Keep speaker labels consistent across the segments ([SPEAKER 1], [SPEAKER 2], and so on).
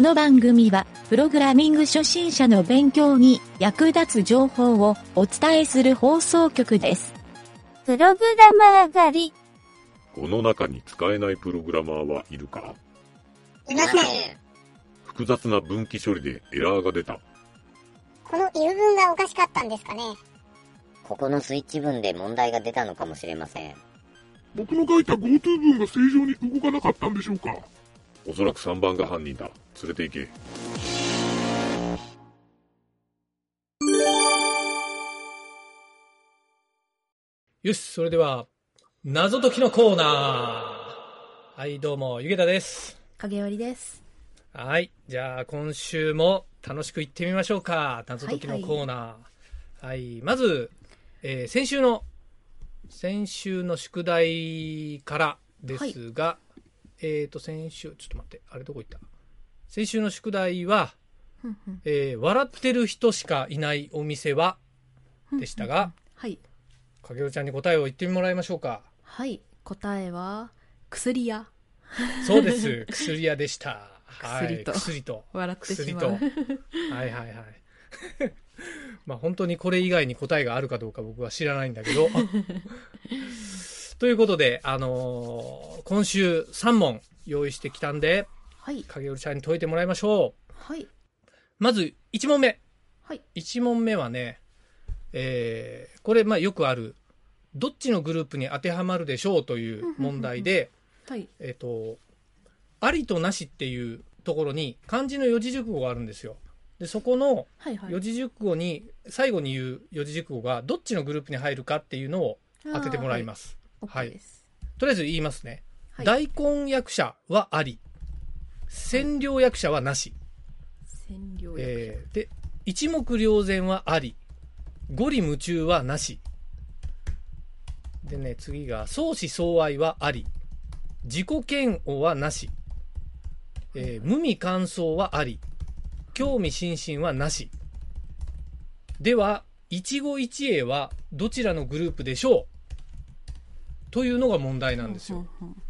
[SPEAKER 1] の番組は、プログラミング初心者の勉強に役立つ情報をお伝えする放送局です。
[SPEAKER 2] プログラマー狩り。
[SPEAKER 3] この中に使えないプログラマーはいるか
[SPEAKER 4] いません。
[SPEAKER 3] 複雑な分岐処理でエラーが出た。
[SPEAKER 4] この言い分がおかしかったんですかね。
[SPEAKER 5] ここのスイッチ文で問題が出たのかもしれません。
[SPEAKER 6] 僕の書いた GoTo 文が正常に動かなかったんでしょうか
[SPEAKER 3] おそらく3番が犯人だ。連れて行け。
[SPEAKER 7] よし、それでは、謎解きのコーナー。はい、どうも、ゆげたです。
[SPEAKER 8] 影織です。
[SPEAKER 7] はい、じゃあ、今週も楽しく行ってみましょうか。謎解きのコーナー。はい、まず、えー先週の、先週の宿題からですが、えっ、と、先週、ちょっと待って、あれどこ行った先週の宿題は、
[SPEAKER 8] ふんふん
[SPEAKER 7] えー笑ってる人しかいないお店は、でしたが、
[SPEAKER 8] はい。
[SPEAKER 7] かげおちゃんに答えを言ってもらいましょう か。
[SPEAKER 8] はい。答えは、薬屋。
[SPEAKER 7] そうです。薬屋でした。はい
[SPEAKER 8] 薬と
[SPEAKER 7] 薬と。
[SPEAKER 8] 笑ってし
[SPEAKER 7] 薬
[SPEAKER 8] ま
[SPEAKER 7] と。は
[SPEAKER 8] う
[SPEAKER 7] い。はいはい。 まあ本当にこれ以外に答えがあるかどうか僕は知らないんだ けど。ということで、あのー今週3問用意してきたんで、
[SPEAKER 8] はい。
[SPEAKER 7] 影織ちゃんに解いてもらいましょう。
[SPEAKER 8] はい。
[SPEAKER 7] まず1問目。
[SPEAKER 8] はい。
[SPEAKER 7] 1問目はね、えーこれまあよくある、どっちのグループに当てはまるでしょうという問 題で、
[SPEAKER 8] はい。
[SPEAKER 7] えっ、と、ありとなしっていうところに漢字の四字熟語があるんですよ。で、そこの
[SPEAKER 8] はい。はい。
[SPEAKER 7] 四字熟語に、最後に言う四字熟語がどっちのグループに入るかっていうのを当ててもらいますす。
[SPEAKER 8] あー
[SPEAKER 7] は
[SPEAKER 8] はいい OK です。
[SPEAKER 7] とりあえず言いますね。
[SPEAKER 8] はい
[SPEAKER 7] 大根役者はあり。占領役者はなし。
[SPEAKER 8] 占領役者
[SPEAKER 7] えーで、一目瞭然はあり。五里夢中はなし。でね、次が、相思相愛はあり。自己嫌悪はなし。えー無味乾燥はあり。興味津々はなし。では、一期一会はどちらのグループでしょうというのが問題なんですよ。
[SPEAKER 8] ふんふん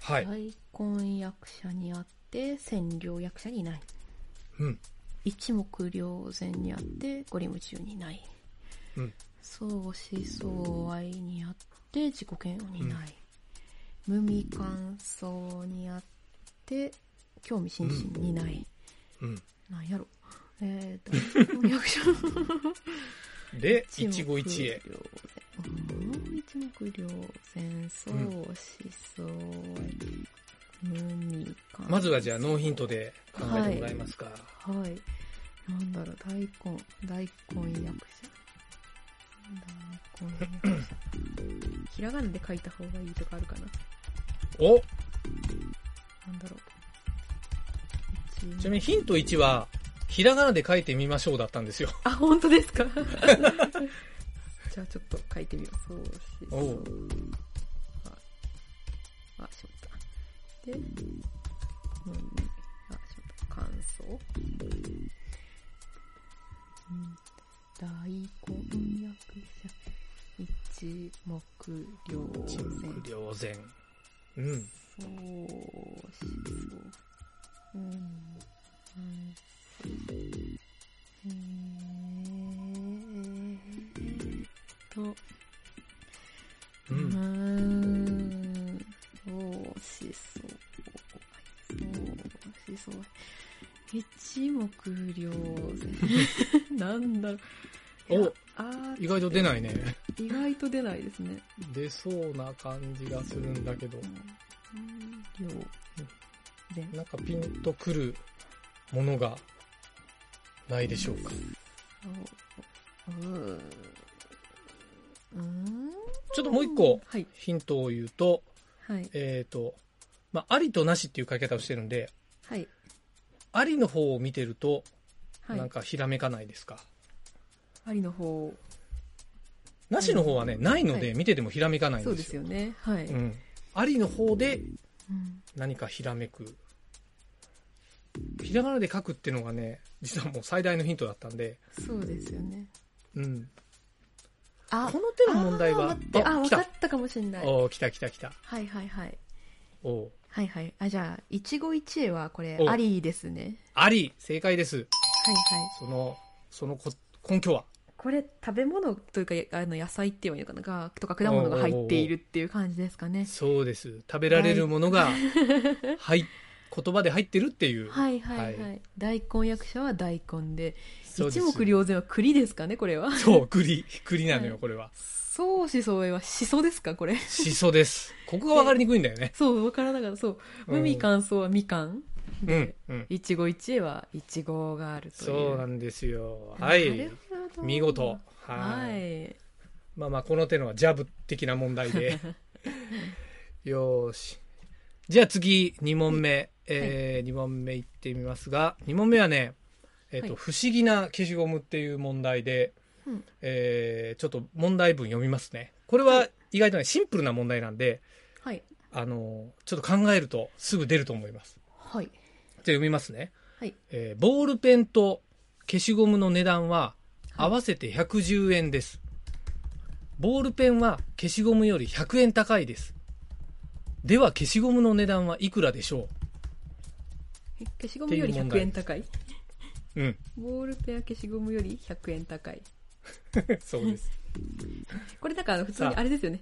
[SPEAKER 7] はい。
[SPEAKER 8] 大根役者にあって、占領役者にいない。
[SPEAKER 7] うん。
[SPEAKER 8] 一目瞭然にあって、ゴリ夢中にいない。
[SPEAKER 7] うん
[SPEAKER 8] 相思相愛にあって、自己嫌悪にない。無味乾燥にあって、興味津々にない。
[SPEAKER 7] うん。
[SPEAKER 8] なんやろ。えーと、大根役者。
[SPEAKER 7] で、一期一会。
[SPEAKER 8] うん一目瞭然、相思相愛、無味乾燥
[SPEAKER 7] まずはじゃあノーヒントで考えてもらえますか。
[SPEAKER 8] はい。なんだろう、大根、大根役者。大根役者。ひらがなで書いた方がいいとかあるかな。
[SPEAKER 7] お
[SPEAKER 8] なんだろう。
[SPEAKER 7] ちなみにヒント1は、ひらがなで書いてみましょうだったんですよ。
[SPEAKER 8] あ、本当です かじゃあちょっと書いてみよう。そうしそ
[SPEAKER 7] おう
[SPEAKER 8] う。あ、あ、しまった。で、うん、あ、しまった。乾燥。うん、大根役者。一目瞭
[SPEAKER 7] 一目
[SPEAKER 8] 然。
[SPEAKER 7] 瞭然。うん。
[SPEAKER 8] そうしそう。うん。うん。えーと、う
[SPEAKER 7] う
[SPEAKER 8] ー
[SPEAKER 7] ん。
[SPEAKER 8] ん。そうしそう。そうしそう。一目瞭然。なんだろう。
[SPEAKER 7] お
[SPEAKER 8] いやあー
[SPEAKER 7] 意外と出ないね。
[SPEAKER 8] 意外と出ないですね。
[SPEAKER 7] 出そうな感じがするんだけど、
[SPEAKER 8] 瞭然。
[SPEAKER 7] なんかピンとくるものがないでしょうか。
[SPEAKER 8] うーん。
[SPEAKER 7] ちょっともう一個
[SPEAKER 8] はい。
[SPEAKER 7] ヒントを言うと、
[SPEAKER 8] はい。
[SPEAKER 7] えっ、と、まあ、ありとなしっていう書き方をしてるんで、
[SPEAKER 8] はい。
[SPEAKER 7] ありの方を見てると、
[SPEAKER 8] は
[SPEAKER 7] なん
[SPEAKER 8] い。
[SPEAKER 7] かひらめかないですか。
[SPEAKER 8] ありの方、
[SPEAKER 7] なしの方はね、ないの
[SPEAKER 8] は
[SPEAKER 7] で
[SPEAKER 8] い
[SPEAKER 7] 見ててもひらめかないん
[SPEAKER 8] そう
[SPEAKER 7] で
[SPEAKER 8] ですす
[SPEAKER 7] よ。
[SPEAKER 8] よね。はい。
[SPEAKER 7] うん。ありの方で
[SPEAKER 8] うん
[SPEAKER 7] 何かひらめく。ひらがなで書くっていうのがね、実はもう最大のヒントだったんで、
[SPEAKER 8] そうですよね。
[SPEAKER 7] うん。
[SPEAKER 8] あ
[SPEAKER 7] この手の問題は、
[SPEAKER 8] あー待ってあ、わ
[SPEAKER 7] 来
[SPEAKER 8] か
[SPEAKER 7] た
[SPEAKER 8] っ。たかもしれない。
[SPEAKER 7] おー来た来た来た。
[SPEAKER 8] はいはいはい。
[SPEAKER 7] おー
[SPEAKER 8] はいはい。あ、じゃあ、一期一会はこれ
[SPEAKER 7] お、
[SPEAKER 8] ありですね。
[SPEAKER 7] あり、正解です。
[SPEAKER 8] はいはい。
[SPEAKER 7] その、そのこ根拠は。
[SPEAKER 8] これ、食べ物というか、あの、野菜って言えばいいのかなが、とか果物が入っているっていう感じですかね。
[SPEAKER 7] そうです。食べられるも のが、はい、言葉で入ってるっていう。
[SPEAKER 8] はいはいはい。大根役者は大根で、
[SPEAKER 7] そうで
[SPEAKER 8] 一
[SPEAKER 7] す
[SPEAKER 8] 目瞭然は栗ですかね、これは。
[SPEAKER 7] そう、栗、栗なのよ、
[SPEAKER 8] はい
[SPEAKER 7] これは。
[SPEAKER 8] そうしそうはしそですか、これ。
[SPEAKER 7] しそです。ここがわかりにくいんだよね。
[SPEAKER 8] そう、わからなかった。そう。
[SPEAKER 7] うん
[SPEAKER 8] 無味乾燥はみかん。
[SPEAKER 7] うん、うん。
[SPEAKER 8] 一期一会はいちごがあるという。
[SPEAKER 7] そうなんですよ。はい。。見事。。
[SPEAKER 8] は
[SPEAKER 7] はい。
[SPEAKER 8] い。
[SPEAKER 7] まあまあ、この手のはジャブ的な問題 で。よーし。じゃあ次、2問目。えー、2問目いってみますが、2問目はね、えっ、と、
[SPEAKER 8] はい
[SPEAKER 7] 不思議な消しゴムっていう問題で、
[SPEAKER 8] うん
[SPEAKER 7] えーちょっと問題文読みますね。これは意外とね、シンプルな問題なんで、
[SPEAKER 8] はい。
[SPEAKER 7] あのーちょっと考えるとすぐ出ると思います。
[SPEAKER 8] はい。
[SPEAKER 7] じゃあ読みますね。
[SPEAKER 8] はい。
[SPEAKER 7] えーボールペンと消しゴムの値段は合わせて110円です、ボールペンは消しゴムより100円高いですでは消しゴムの値段はいくらでしょ
[SPEAKER 8] え消しゴムより100円高い。
[SPEAKER 7] ううん
[SPEAKER 8] ボールペンは消しゴムより100円高い。
[SPEAKER 7] そうです
[SPEAKER 8] これなんかあの普通に
[SPEAKER 7] さあ
[SPEAKER 8] あれですよね。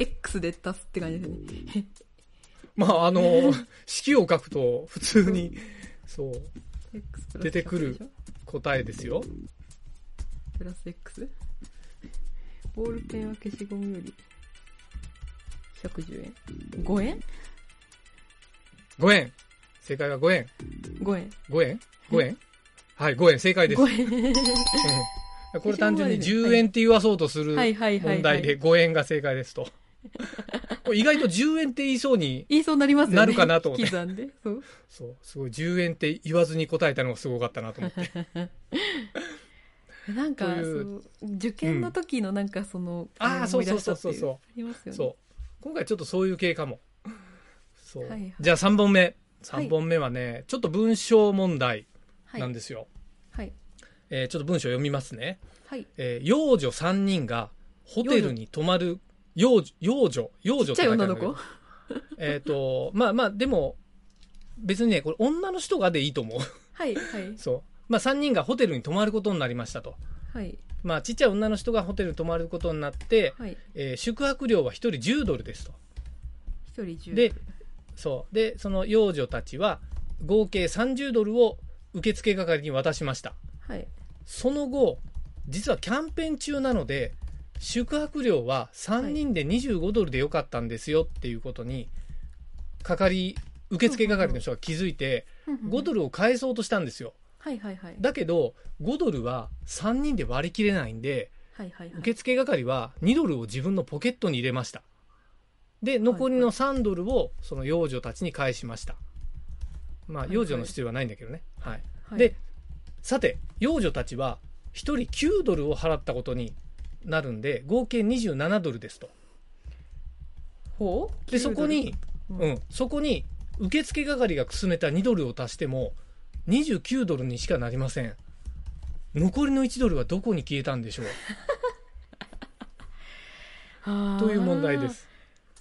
[SPEAKER 8] X で足すって感じですよね。
[SPEAKER 7] まああのー 式を書くと普通にそう
[SPEAKER 8] X プラス
[SPEAKER 7] 出てく
[SPEAKER 8] 100
[SPEAKER 7] る
[SPEAKER 8] でしょ
[SPEAKER 7] 答えですよ
[SPEAKER 8] プラス X? ボールペンは消しゴムより110円。5円
[SPEAKER 7] 5円正解は5円
[SPEAKER 8] ?5 円。
[SPEAKER 7] 5円5円はい5円正解です
[SPEAKER 8] 5円。
[SPEAKER 7] うんこれ単純に
[SPEAKER 8] 消しゴムは
[SPEAKER 7] 10
[SPEAKER 8] ね
[SPEAKER 7] 円って言わそうとする
[SPEAKER 8] はいはいはいはい
[SPEAKER 7] 問題で5円が正解で すと。これ意外と10円って言いそうに、
[SPEAKER 8] 言いそうになりますよね。
[SPEAKER 7] なるかなと思って
[SPEAKER 8] 刻んで。 そう。
[SPEAKER 7] そう、すごい10円って言わずに答えたのがすごかったな と思って。
[SPEAKER 8] なんか
[SPEAKER 7] こういう
[SPEAKER 8] その受験の時のなんかその、
[SPEAKER 7] ああ、
[SPEAKER 8] 思
[SPEAKER 7] そう
[SPEAKER 8] い
[SPEAKER 7] そ
[SPEAKER 8] 出
[SPEAKER 7] う
[SPEAKER 8] した
[SPEAKER 7] そう
[SPEAKER 8] ってい
[SPEAKER 7] そうそう
[SPEAKER 8] あります
[SPEAKER 7] う。
[SPEAKER 8] よね。
[SPEAKER 7] そう。今回ちょっとそういう系かも。そう。
[SPEAKER 8] はいはい
[SPEAKER 7] じゃあ3本目。3本目はね、ちょっと文章問題
[SPEAKER 8] はい
[SPEAKER 7] なんですよ。
[SPEAKER 8] はい。
[SPEAKER 7] えーちょっと文章読みますね。
[SPEAKER 8] はい。
[SPEAKER 7] えー幼女3人がホテルに泊まる、幼女、幼女、幼女
[SPEAKER 8] ち
[SPEAKER 7] っ
[SPEAKER 8] っち
[SPEAKER 7] て
[SPEAKER 8] ゃい
[SPEAKER 7] 書いてあ
[SPEAKER 8] 女
[SPEAKER 7] るん
[SPEAKER 8] の
[SPEAKER 7] だけど
[SPEAKER 8] 子
[SPEAKER 7] えっと、まあまあ、でも、別にね、これ女の人がでいいと思う。
[SPEAKER 8] はいはい。
[SPEAKER 7] そう。まあ3人がホテルに泊まることになりましたと。
[SPEAKER 8] はい。
[SPEAKER 7] まあちっちゃい女の人がホテルに泊まることになって、
[SPEAKER 8] はい。
[SPEAKER 7] えー宿泊料は1人10ドルですと。
[SPEAKER 8] 一人10。
[SPEAKER 7] で、そう。で、その幼女たちは合計30ドルを受付係に渡しました。
[SPEAKER 8] はい。
[SPEAKER 7] その後、実はキャンペーン中なので、宿泊料は3人で25ドルでよかったんですよっていうことに、係、受付係の人が気づいて、5ド
[SPEAKER 8] ル。
[SPEAKER 7] ルを返そうとしたんですよ。
[SPEAKER 8] はいはいはい。
[SPEAKER 7] だけど、5ドルは3人で割り切れないんで、
[SPEAKER 8] はいはいはい。
[SPEAKER 7] 受付係は2ドルを自分のポケットに入れました。で、残りの3ドルをその幼女たちに返しました。まあ、
[SPEAKER 8] はい
[SPEAKER 7] 幼女の必要はないんだけどね。はい。
[SPEAKER 8] はい
[SPEAKER 7] で、さて、幼女たちは1人9ドルを払ったことになるんで、合計27ドルですと。
[SPEAKER 8] ほう
[SPEAKER 7] で、そこ、に、
[SPEAKER 8] 9ド
[SPEAKER 7] う
[SPEAKER 8] ル
[SPEAKER 7] ん、そこに、受付係がくすめた2ドルを足しても、29ドルにしかなりません。残りの1ドルはどこに消えたんでしょうという問題で。す。
[SPEAKER 8] あー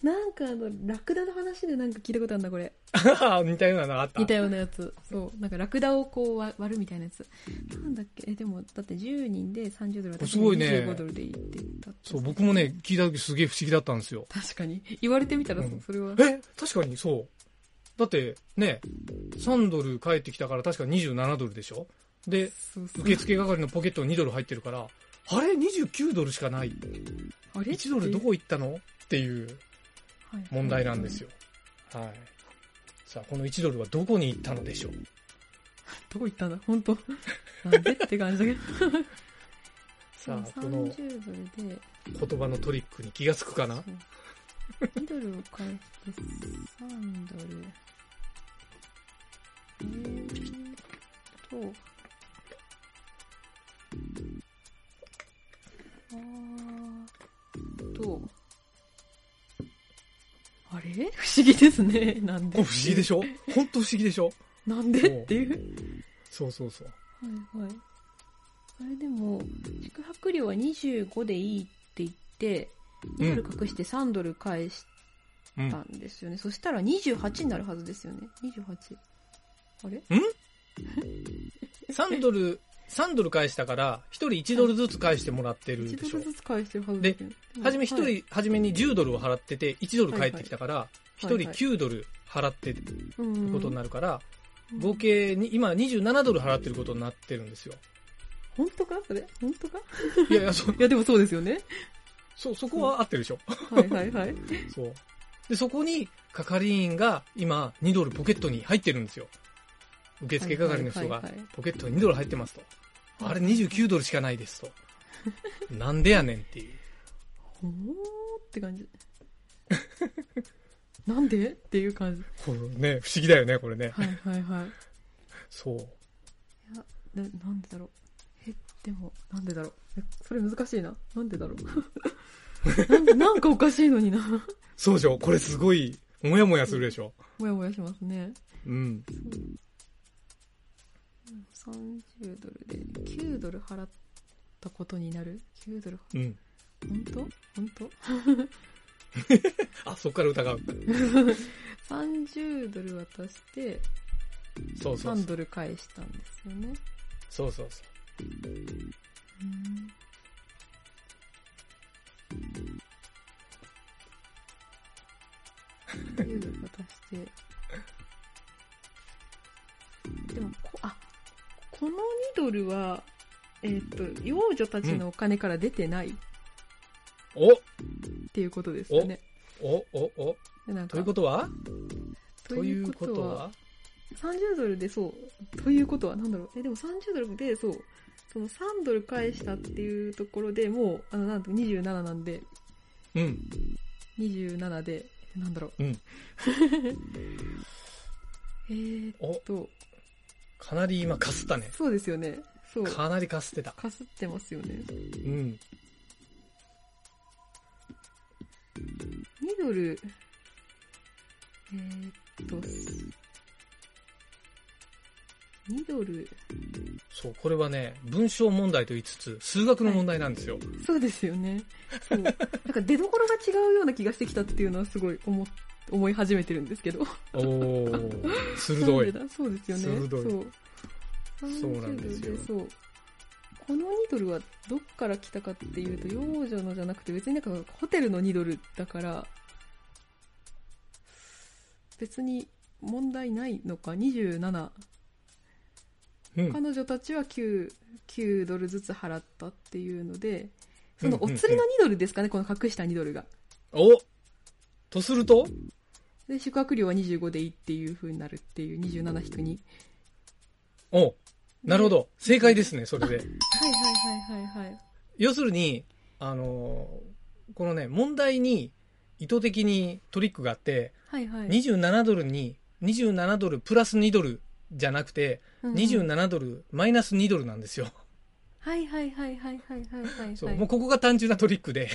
[SPEAKER 8] なんかあの、ラクダの話でなんか聞いたことあるんだ、これ。
[SPEAKER 7] あ ー似たようなのあった。
[SPEAKER 8] 似たようなやつ。そう。なんかラクダをこう割割るみたいなやつ。なんだっけえ、でも、だって10人で30ドルだったら
[SPEAKER 7] すごいね
[SPEAKER 8] 25ドルでいいって言ったって
[SPEAKER 7] そう、僕もね、聞いた時すげえ不思議だったんですよ。
[SPEAKER 8] 確かに。言われてみたらそう
[SPEAKER 7] うん
[SPEAKER 8] それは。
[SPEAKER 7] え確かにそう。だって、ね、3ドル返ってきたから確か27ドルでしょで、
[SPEAKER 8] そうそう
[SPEAKER 7] 受付係のポケットに2ドル入ってるから、あれ ?29 ドルしかない。
[SPEAKER 8] あれ
[SPEAKER 7] 1ドルどこ行ったのっていう
[SPEAKER 8] はい
[SPEAKER 7] 問題なんですよ。はい。さあ、この1ドルはどこに行ったのでしょう
[SPEAKER 8] どこ行ったんだ本当なんでって感じだけど。
[SPEAKER 7] さあ、この
[SPEAKER 8] 30ドルで、
[SPEAKER 7] 言葉のトリックに気がつくかな
[SPEAKER 8] そう2ドルを返して3ドル。えーっと。あーっと。あれ 不思議ですね。なん
[SPEAKER 7] こ
[SPEAKER 8] で
[SPEAKER 7] れ不思議でしょ本当不思議でしょ
[SPEAKER 8] なんでっていう。
[SPEAKER 7] そうそうそう。
[SPEAKER 8] はいはい。あれでも、宿泊料は25でいいって言って、
[SPEAKER 7] うん
[SPEAKER 8] 2ドル隠して3ドル返したんですよね。そしたら28になるはずですよね。28。あれ
[SPEAKER 7] 3ドル、3ドル返したから、1人1ドルずつ返してもらってるで
[SPEAKER 8] ?1
[SPEAKER 7] し
[SPEAKER 8] ド
[SPEAKER 7] ょ
[SPEAKER 8] ル。ずつ返してるはずですよね。
[SPEAKER 7] はじめ一
[SPEAKER 8] は
[SPEAKER 7] 人、はじめに10ドルを払ってて、1ドル
[SPEAKER 8] はいは
[SPEAKER 7] 返
[SPEAKER 8] い
[SPEAKER 7] ってきたから、一
[SPEAKER 8] はい
[SPEAKER 7] 人9ドル払ってって
[SPEAKER 8] い
[SPEAKER 7] ことになるから、
[SPEAKER 8] うん
[SPEAKER 7] 合計に、今27ドル払ってることになってるん ですよ。
[SPEAKER 8] 本当かそれ本当か
[SPEAKER 7] いやいや、そ、
[SPEAKER 8] いや、でもそうですよね。
[SPEAKER 7] そ、そこは合ってるでしょ。
[SPEAKER 8] はいはいはい。
[SPEAKER 7] そう。で、そこに、係員が今、2ドルポケットに入ってるんですよ。受付係の人
[SPEAKER 8] はい
[SPEAKER 7] が
[SPEAKER 8] はいはいはい、
[SPEAKER 7] ポケットに2ドル入ってますと。あれ29ドルしかない ですと。なんでやねんっていう。
[SPEAKER 8] ほーって感じ。なんでっていう感じ。
[SPEAKER 7] これね、不思議だよね、これね。
[SPEAKER 8] はいはいはい。
[SPEAKER 7] そう。
[SPEAKER 8] ななんでだろうえでもなんでだろうえそれ難しいななんでだろう なんなんかおかしいのにな
[SPEAKER 7] そうでしょこれすごい、もやもやするでしょ
[SPEAKER 8] もやもやしますね
[SPEAKER 7] うん。
[SPEAKER 8] 30ドルで9ドル払ったことになる9ドル
[SPEAKER 7] うん。
[SPEAKER 8] 本当本当
[SPEAKER 7] あ、そっから疑う。
[SPEAKER 8] 30ドル渡して
[SPEAKER 7] そうそうそう
[SPEAKER 8] 3。ドル返したんですよね
[SPEAKER 7] そうそうそう。
[SPEAKER 8] うん9ドル渡してでもこあこの2ドルはえっ、と幼女たちのお金から出てないっていうことですよね、
[SPEAKER 7] お、お、お、お。
[SPEAKER 8] でなんか
[SPEAKER 7] ということは
[SPEAKER 8] と
[SPEAKER 7] と
[SPEAKER 8] い
[SPEAKER 7] いうう
[SPEAKER 8] こ
[SPEAKER 7] ことと
[SPEAKER 8] は
[SPEAKER 7] は
[SPEAKER 8] 30ドルでそうということはなんだろうえでも30ドルでそうその3ドル返したっていうところでもうあのなんと27なんで
[SPEAKER 7] うん。
[SPEAKER 8] 27で、なんだろう。
[SPEAKER 7] うん
[SPEAKER 8] えーっ
[SPEAKER 7] お、
[SPEAKER 8] と、
[SPEAKER 7] かなり今かすったね。
[SPEAKER 8] そうですよね。そう。
[SPEAKER 7] かなりかすってた。
[SPEAKER 8] かすってますよね。2
[SPEAKER 7] うん。
[SPEAKER 8] ドル、えーっと、2ドル、
[SPEAKER 7] そう、これはね、文章問題と言いつつ、数学の問題なんですよ。
[SPEAKER 8] そうですよね。そう。なんか出所が違うような気がしてきたっていうのはすごい思っ思い始めてるんですけど。
[SPEAKER 7] お ー、
[SPEAKER 8] なん
[SPEAKER 7] 鋭
[SPEAKER 8] で
[SPEAKER 7] い。
[SPEAKER 8] だそうですよね。
[SPEAKER 7] 鋭い
[SPEAKER 8] そう。
[SPEAKER 7] そうなんですよ
[SPEAKER 8] 30ドルそう。この2ドルはどっから来たかっていうと、幼女のじゃなくて別になんかホテルの2ドルだから、別に問題ないのか、27。
[SPEAKER 7] うん。
[SPEAKER 8] 彼女たちは9、9ドルずつ払ったっていうので、その
[SPEAKER 7] うん
[SPEAKER 8] お
[SPEAKER 7] うんうん
[SPEAKER 8] 釣りの2ドルですかね、この隠した2ドルが。
[SPEAKER 7] おとすると
[SPEAKER 8] で、宿泊料は25でいいっていう風になるっていう、27引く2。
[SPEAKER 7] おなるほど。正解ですね、それで。
[SPEAKER 8] はいはいはいはいはい。
[SPEAKER 7] 要するに、あのーこのね、問題に意図的にトリックがあって、
[SPEAKER 8] はいはい。
[SPEAKER 7] 27ドルに、27ドルプラス2ドルじゃなくて、
[SPEAKER 8] うんうん
[SPEAKER 7] 27ドルマイナス2ドルなんですよ。
[SPEAKER 8] はいはいはいはいはいはいはい、はい。
[SPEAKER 7] そう、もうここが単純なトリ ックで、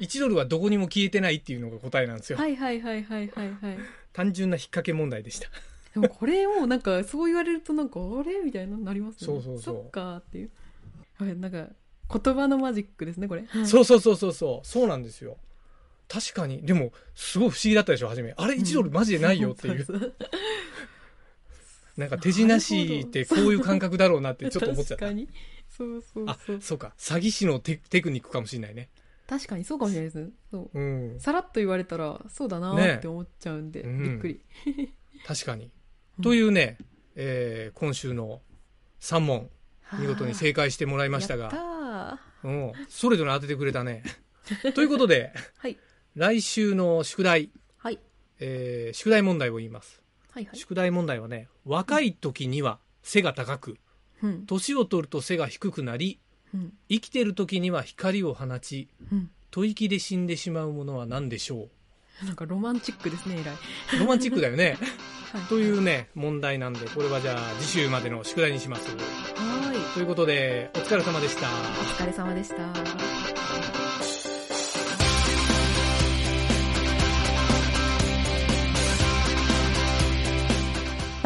[SPEAKER 7] 1ドルはどこにも消えてないっていうのが答えなんですよ。
[SPEAKER 8] はいはいはいはいはいはい。
[SPEAKER 7] 単純な引っ掛け問題でした。
[SPEAKER 8] でもこれをなんかそう言われるとなんかあれみたいなのになりますよね。
[SPEAKER 7] そうそうそう
[SPEAKER 8] そっかーっていう。はい、なんか言葉のマジックですね、これ。
[SPEAKER 7] そうそうそうそうそう、そうなんですよ。確かに、でも、すごい不思議だったでしょ、初め。あれ1ドルマジでないよっていう、
[SPEAKER 8] そうそう
[SPEAKER 7] なんか手品師ってこういう感覚だろうなってちょっと思って
[SPEAKER 8] 確か
[SPEAKER 7] た。
[SPEAKER 8] に。そうそう
[SPEAKER 7] あ
[SPEAKER 8] そう、。
[SPEAKER 7] そうか、詐欺師のテテクニックかもしれないね。
[SPEAKER 8] 確かにそうかもしれないですね。そう。
[SPEAKER 7] うん、
[SPEAKER 8] さらっと言われたらそうだなーって思っちゃうんで、
[SPEAKER 7] ねうん
[SPEAKER 8] びっくり。
[SPEAKER 7] 確かに
[SPEAKER 8] う。ん
[SPEAKER 7] というね、えー今週の3問、見事に正解してもら
[SPEAKER 8] 解
[SPEAKER 7] いました
[SPEAKER 8] やった
[SPEAKER 7] が、
[SPEAKER 8] ー
[SPEAKER 7] うん、それぞれ当ててくれたね。ということ で、
[SPEAKER 8] はい。
[SPEAKER 7] 来週の宿題、
[SPEAKER 8] はい。
[SPEAKER 7] えー宿題問題を言います。
[SPEAKER 8] はいはい。
[SPEAKER 7] 宿題問題はね、若い時には背が高く、
[SPEAKER 8] うん。
[SPEAKER 7] 年を取ると背が低くなり、
[SPEAKER 8] うん。
[SPEAKER 7] 生きてる時には光を放ち、
[SPEAKER 8] うん。
[SPEAKER 7] 吐息で死んでしまうものは何でしょ
[SPEAKER 8] なんかロマンチックですね、偉い。
[SPEAKER 7] うロマンチックだよね。
[SPEAKER 8] はい。
[SPEAKER 7] というね、問題なんで、これはじゃあ次週までの宿題にします。
[SPEAKER 8] はーい。
[SPEAKER 7] ということで、お疲れ様でした。
[SPEAKER 8] お疲れ様でした。